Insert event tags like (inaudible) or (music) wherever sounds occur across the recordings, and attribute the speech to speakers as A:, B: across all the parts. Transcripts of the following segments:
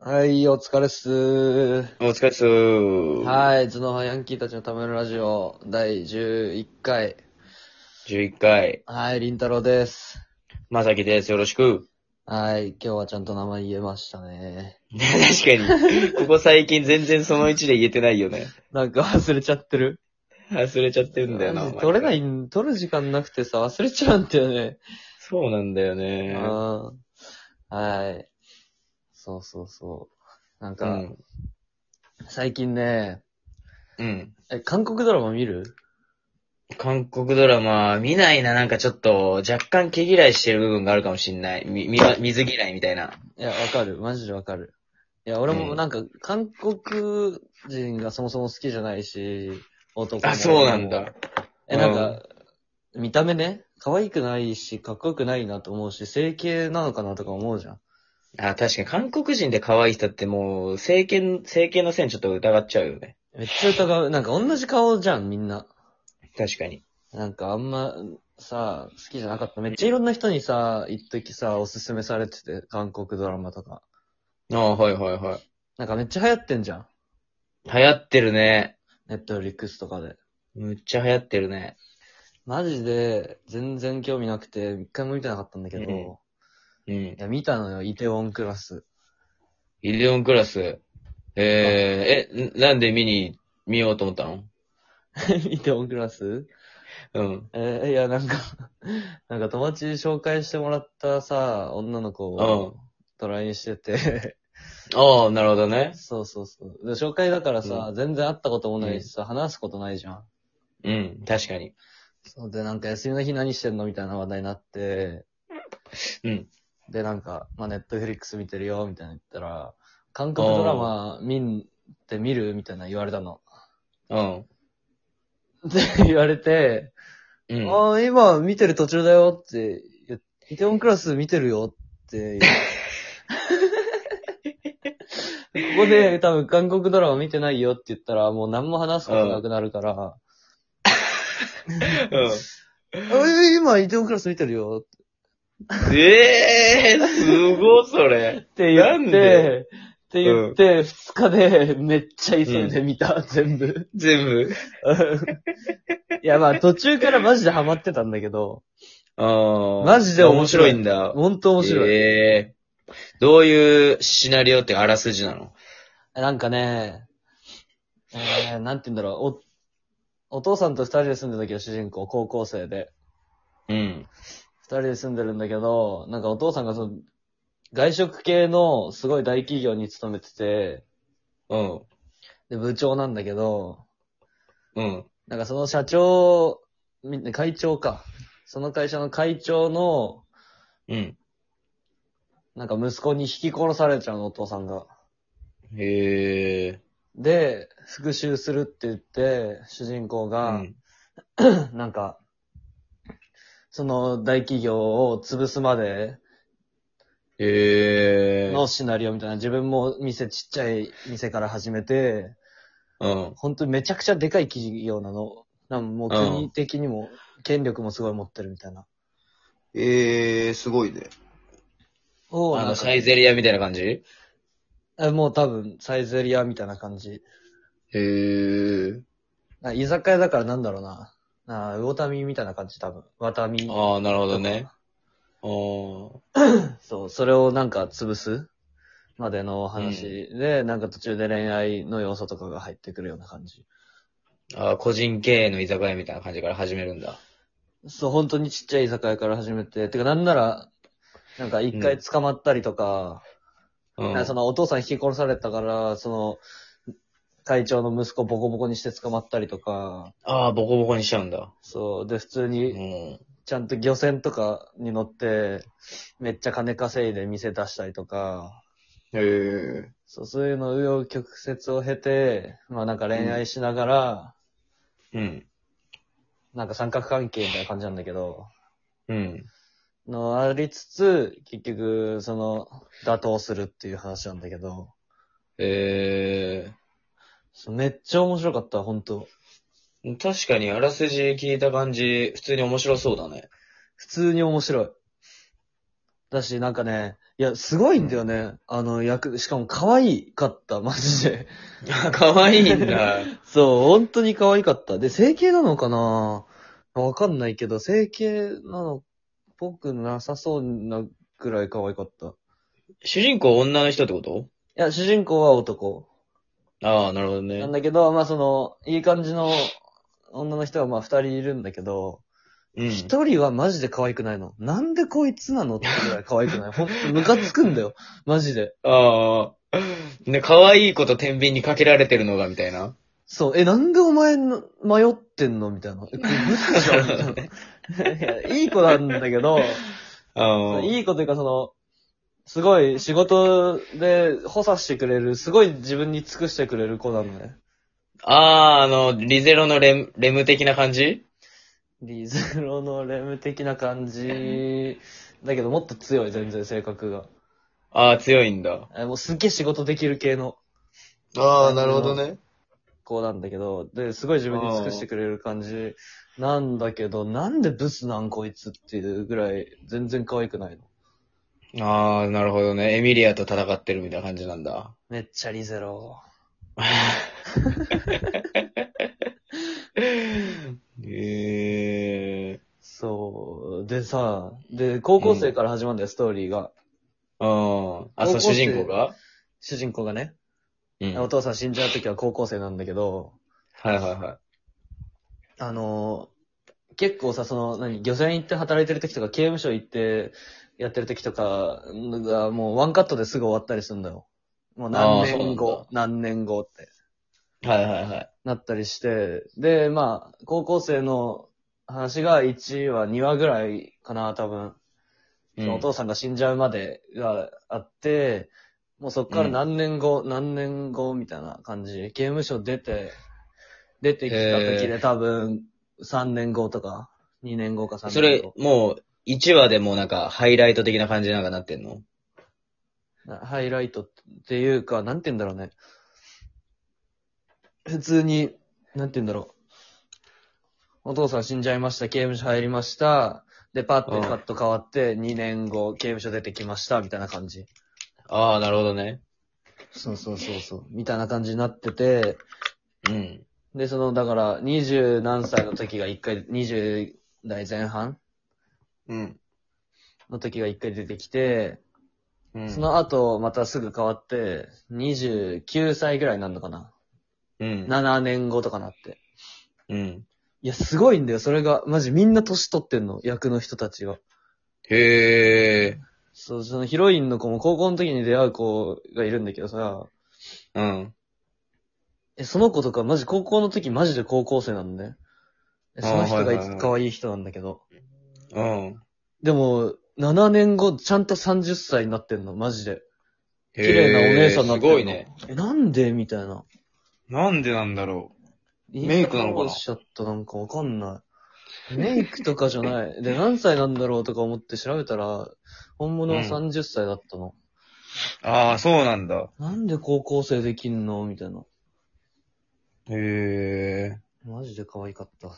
A: はい、お疲れっす。
B: お疲れっすー。
A: はい、頭脳派ヤンキーたちのためのラジオ、第11回。
B: 11回、
A: はい、りんたろうです。
B: まさきです。よろしく。
A: (laughs) はい、今日はちゃんと名前言えましたね。
B: ね確かに。ここ最近全然その位置で言えてないよね。
A: なんか忘れちゃってる。
B: 忘れちゃってるんだよな。
A: マ
B: お
A: ジ
B: 前
A: 取れない、取る時間なくてさ、忘れちゃうんだよね。
B: そうなんだよ
A: う
B: ね。
A: ん。はい。そうそうそう。なん
B: う
A: か、
B: ん。
A: 最近ね、
B: うん。
A: え、韓国ドラマ見る
B: 韓国ドラマ、見ないな。なんかちょっと、若干毛嫌いしてる部分があるかもしんない。み、み、水嫌いみたいな。
A: いや、わかる。マジでわかる。いや、俺も
B: うん
A: なんか、韓国人がそもそも好きじゃないし、男も。
B: あ、そうなんだ。。
A: え、なんか、見た目ね、可愛くないし、かっこよくないなと思うし、整形なのかなとか思うじゃん。
B: あ、確かに韓国人で可愛い人ってもう、政権、政権の線ちょっと疑っちゃうよね。
A: めっちゃ疑う。なんか同じ顔じゃん、みんな。
B: 確かに。
A: なんかあんま、さ、好きじゃなかった。めっちゃいろんな人にさ、一時さ、おすすめされてて、韓国ドラマとか。
B: ああ、はいはいは
A: なんかめっちゃ流行ってんじゃん。
B: い。流行ってるね。
A: ネットフリックスとかで。
B: むっちゃ流行ってるね。
A: マジで、全然興味なくて、一回も見てなかったんだけど、
B: うん
A: い
B: うん。
A: や、見たのよ、イテウォンクラス。
B: イデオンクラス。えー、え、んなんで見に、見ようと思ったの
A: (laughs) イテウォンクラス
B: うん。
A: えーいや、なんか、 (laughs) なんか友達に紹介してもらったさ、女の子
B: う
A: を
B: ん。
A: トライしてて、 (laughs)
B: ああ、なるほどね。
A: そうそうそう。で紹介だからさ、
B: う
A: 全然会ったこともないしさ、話すことないじゃん。
B: うん、確かに。
A: そうで、なんか休みの日何してんのみたいな話題になって、
B: うん。
A: で、なんか、まあ、ネットフリックス見てるよ、みたいな言ったら、韓国ドラマ見んって見るみたいな言われたの。
B: うん。
A: って言われて、
B: うん。
A: ああ、今見てる途中だよって言っ、イテオンクラス見てるよって言うここで多分韓国ドラマ見てないよって言ったら、もう何も話すことなくなるから、あ今イテオンクラス見てるよ
B: うんええー、すご、それ。
A: って言
B: な
A: っ
B: ん
A: て
B: で、
A: って言って、二日でめっちゃ急いで見た、全部。
B: 全部。
A: いやまあ途中からマジでハマってたんだけど、
B: ああ。
A: マジで面
B: 面
A: 白
B: 白
A: い
B: いんだ。
A: ほんと面白い。
B: ええー。どういうシナリオってあらすじなの
A: なんかね、えー、なんて言うんだろう、お、お父さんと二人で住んでるんだけど、主人公、高校生で。
B: うん。
A: 二人で住んでるんだけど、なんかお父さんがその、外食系のすごい大企業に勤めてて、
B: うん。
A: で、部長なんだけど、
B: うん。
A: なんかその社長、み会長か。その会社の会長の、
B: うん。
A: なんか息子に引き殺されちゃうの、お父さんが。
B: へえ。
A: で、復讐するって言って、主人公
B: う
A: が、
B: ん。
A: なんか、その大企業を潰すまで
B: へえ。
A: のシナリオみたいな、自分も店、ちっちゃい店から始めて、
B: うん。
A: 本当にめちゃくちゃでかい企業なの。なんもう国的にも、権力もすごい持ってるみたいな。
B: ええー、すごいね。
A: を
B: あ
A: なん
B: の、
A: か
B: サイゼリアみたいな感じへ
A: えもう多分、サイゼリアみたいな感じ。
B: え。
A: あ居酒屋だからなんだろうな。あウオタミみたいな感じ多分。ワタミ。
B: ああ、なるほどね。あー
A: そう、それをなんか潰すまでの話で、なんか途中で恋愛の要素とかが入ってくるような感じ。
B: あー、個人経営の居酒屋みたいな感じから始めるんだ。
A: そう、本当にちっちゃい居酒屋から始めて、てかなんなら、なんか一回捕まったりとか、
B: うん。
A: なんかそのお父さん引き殺されたから、その、会長の息子ボコボコにして捕まったりとか、
B: ああ、ボコボコにしちゃうんだ。
A: そう、で普通
B: う
A: に
B: ん。
A: ちゃんと漁船とかに乗って、めっちゃ金稼いで店出したりとか、
B: へえ。
A: そう、そういうの紆余曲折を経て、まあなんか恋愛しながら、
B: うん。
A: なんか三角関係みたいな感じなんだけど、
B: うん。
A: のありつつ、結局、その、打倒するっていう話なんだけど、
B: え
A: そうめっちゃ面白かった、本当
B: え。確かに、あらすじ聞いた感じ、普通に面白そうだね。
A: 普通に面白い。だし、なんかね、いや、すごいんだよね。あの、役、しかも可愛かった、マジで。
B: あ (laughs) 可愛いんだ。
A: そう、本当に可愛かった。で、整形なのかなわかんないけど、整形なの、僕なさそうなくらい可愛かった。い
B: (laughs) 主人公女の人ってこと
A: や、主人公は男。
B: ああ、なるほど
A: なん
B: ね。
A: だけど、まあその、いい感じの女の人はまあ二人いるんだけど、
B: うん。
A: 一人はマジで可愛くないの。なんでこいつなのってぐらい可愛くない。ほんとムカつくんだよ。マジで。
B: ああ。 (laughs) ね、可愛いこと天秤にかけられてるのが、みたいな。
A: そう、え、なんでお前の迷ってんのみたいな。えこれブスじゃんみたい
B: (laughs)
A: ないや。いい子なんだけど、
B: ああ。
A: いい子というかその、すごい仕事で補佐してくれる、すごい自分に尽くしてくれる子なのね。
B: ああ、あの、リゼロのレム、レム的な感じ
A: リゼロのレム的な感 (laughs) じ、だけどもっと強い、全然性格が。
B: ああ、強いんだ。
A: えもうすっげえ仕事できる系の
B: あ
A: あなるほどね。
B: あ
A: 子なんだけど、で、すごい自分に尽くしてくれる感じなんだけど、なんでブスなんこいつっていうぐらい、全然可愛くないの。
B: あー、なるほどね。エミリアと戦ってるみたいな感じなんだ。
A: めっちゃリゼロ。
B: ええ
A: そう。でさ、で、高校生から始まるんだよ、ストーリーが。
B: ー。うん。
A: 高
B: あ、そう、
A: 校生
B: 主人公が
A: 主人公がね、
B: うん。は
A: お
B: い
A: 父さん死んじゃう時は高校生なんだけど、
B: はいは
A: あのー結構さ、その、何、漁船行って働いてる時とか、刑務所行ってやってる時とかが、もうワンカットですぐ終わったりするんだよ。もう何
B: あーそうなん
A: 年
B: だ
A: 後、何年後って
B: い。はいはいはい。
A: なったりして、で、まあ、高校生の話が1話、2話ぐらいかな、多分。
B: う
A: そのお父さんが死んじゃうまでがあって、もうそっから何年後、何年後みたいな感じ。刑務所出て、出てきた時で多分3年後とか、2年後か3年後。
B: それ、もう、1話でもうなんか、ハイライト的な感じなんかなってんの
A: なハイライトっていうか、なんて言うんだろうね。普通に、なんて言うんだろう。お父さん死んじゃいました、刑務所入りました。で、パッ
B: うん
A: てパッと変わって、2年後、刑務所出てきました、みたいな感じ。
B: ああ、なるほどね。
A: そうそうそうそう。みたいな感じになってて、
B: うん。
A: で、その、だから、二十何歳の時が一回、二十代前半
B: うん。
A: の時が一回出てきて、
B: うん。
A: その後、またすぐ変わって、二十九歳ぐらいになるのかな。
B: うん。
A: 7年後とかなって。
B: うん。
A: いや、すごいんだよ、それが。マジ、みんな年取ってんの、役の人たちが。
B: へえ。
A: そう、そのヒロインの子も高校の時に出会う子がいるんだけどさ、
B: うん。
A: え、その子とかマジ高校の時マジで高校生なんね。えその人がい
B: あはいはいはい
A: 可愛い人なんだけど。
B: うん。
A: でも、7年後、ちゃんと30歳になってんの、マジで。
B: 綺
A: 綺麗なお姉さんになってんの。
B: すごいね。。
A: え、なんでみたいな。
B: なんでなんだろメイクなの
A: 言い方ど
B: かな
A: うしちゃったなんかわかんない。メイクとかじゃない。で、何歳なんだろうとか思って調べたら、本物は30歳だったの。
B: う。ああ、そうなんだ。
A: なんで高校生できんのみたいな。
B: へえ。
A: マジで可愛かった。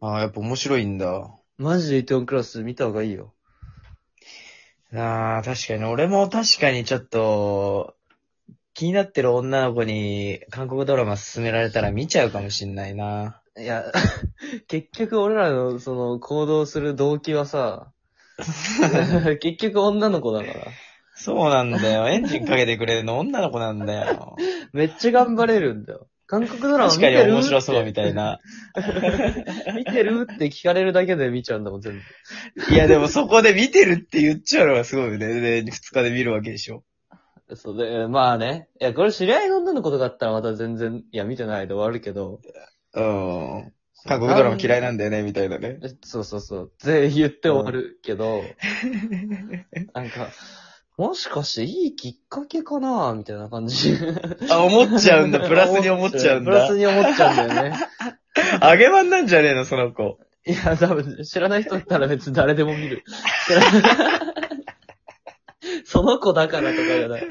B: ああ、やっぱ面白いんだ。
A: マジでイテオンクラス見た方がいいよ。
B: ああ、確かに。俺も確かにちょっと、気になってる女の子に韓国ドラマ勧められたら見ちゃうかもしんないな。
A: いや、 (laughs) 結局俺らのその行動する動機は
B: (laughs)
A: さ、結局女の子だから。
B: そうなんだよ。 (laughs) エンジンかけてくれるの女の子なんだよ。
A: めっちゃ頑張れるんだよ。韓国ドラマ
B: 確
A: 見
B: か
A: て
B: に
A: る
B: 面白そうみたいな。
A: 見てるって聞かれるだけで見ちゃうんだもん、全部。
B: いや、でもそこで見てるって言っちゃうのがすごいよね。で、二日で見るわけでしょ。
A: そうで、まあね。いや、これ知り合いの女の子とかだったらまた全然、いや、見てないで終わるけど。
B: うん。韓国ドラマ嫌いなんだよね、みたいなね。
A: えそうそうそう。で、言って終わるけど、なんか、もしかしていいきっかけかなみたいな感
B: (laughs)
A: じ。
B: あ、思っちゃうんだ。プラスに思っちゃうん
A: プラ
B: だ
A: ス。に思っちゃうんだよね。
B: あげまんなんじゃねえの、その子。
A: いや、多分、知らない人だったら別に誰でも見る。 (laughs) 知らないその子だからとかじゃない。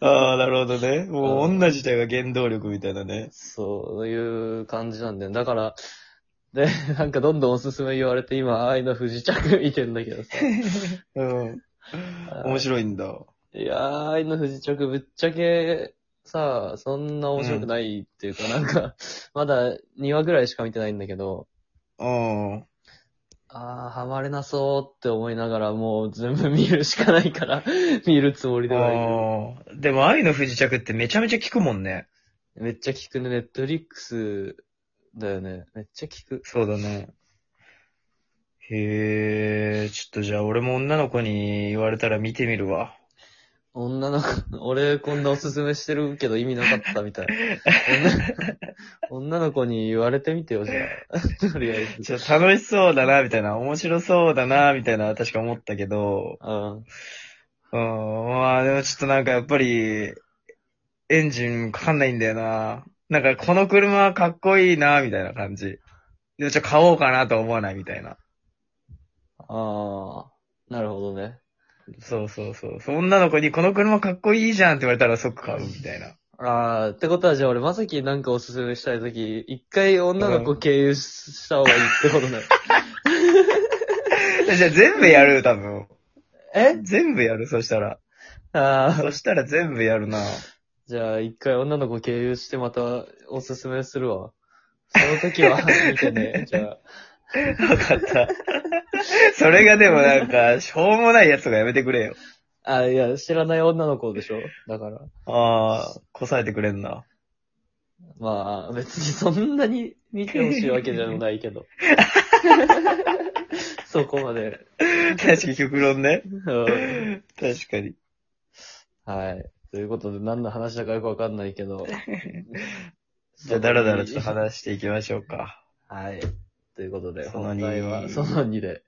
B: ああ、なるほどね。もう女自体が原動力みたいなね。
A: そういう感じなんだよ。だから、で、なんかどんどんおすすめ言われて今、愛の不時着見てんだけどさ。
B: うん。面白いんだ。
A: いやー、愛の不時着、ぶっちゃけ、さあ、そんな面白くないっていうか、なんか、まだ2話ぐらいしか見てないんだけど、
B: うん。
A: あー、ハマれなそうって思いながら、もう全部見るしかないから、見るつもりではいる。
B: あーでも愛の不時着ってめちゃめちゃ効くもんね。
A: めっちゃ聞くね、ネットリックスだよね。めっちゃ聞く。
B: そうだね。へえ、ちょっとじゃあ俺も女の子に言われたら見てみるわ。
A: 女の子、 (laughs) 俺こんなおすすめしてるけど意味なかったみたい。女女の子に言われてみてよ、じゃあ。とりあえず。
B: ちょっと楽しそうだな、みたいな。面白そうだな、みたいな、確か思ったけど。
A: うん。
B: うん、まあでもちょっとなんかやっぱり、エンジンかかんないんだよな。なんかこの車かっこいいな、みたいな感じ。でもちょっと買おうかなとは思わないみたいな。
A: ああ、なるほどね。
B: そうそうそう。そ女の子にこの車かっこいいじゃんって言われたら即買うみたいな。 (laughs)
A: ああ、ってことはじゃあ俺まさきなんかおすすめしたいとき、一回女の子経由した方がいいってことね。
B: じゃあ全部やる、多分。
A: え
B: 全部やる、そしたら。
A: ああ、
B: そしたら全部やるな。
A: じゃあ一回女の子経由してまたおすすめするわ。その時は見てね、じゃあ。
B: わかった。それがでもなんか、しょうもないやつとかやめてくれよ。
A: あーいや、知らない女の子でしょだから。
B: ああ、こさえてくれんな。
A: まあ、別にそんなに見てほしいわけじゃないけど。
B: (laughs)
A: そこまで。
B: 確かに極論ね。
A: うん
B: 確かに。
A: はい。ということで、何の話だかよくわかんないけど。
B: じゃあ、だらだらちょっと話していきましょうか。
A: はい。ということで、
B: その
A: 本題は
B: 2
A: その2で。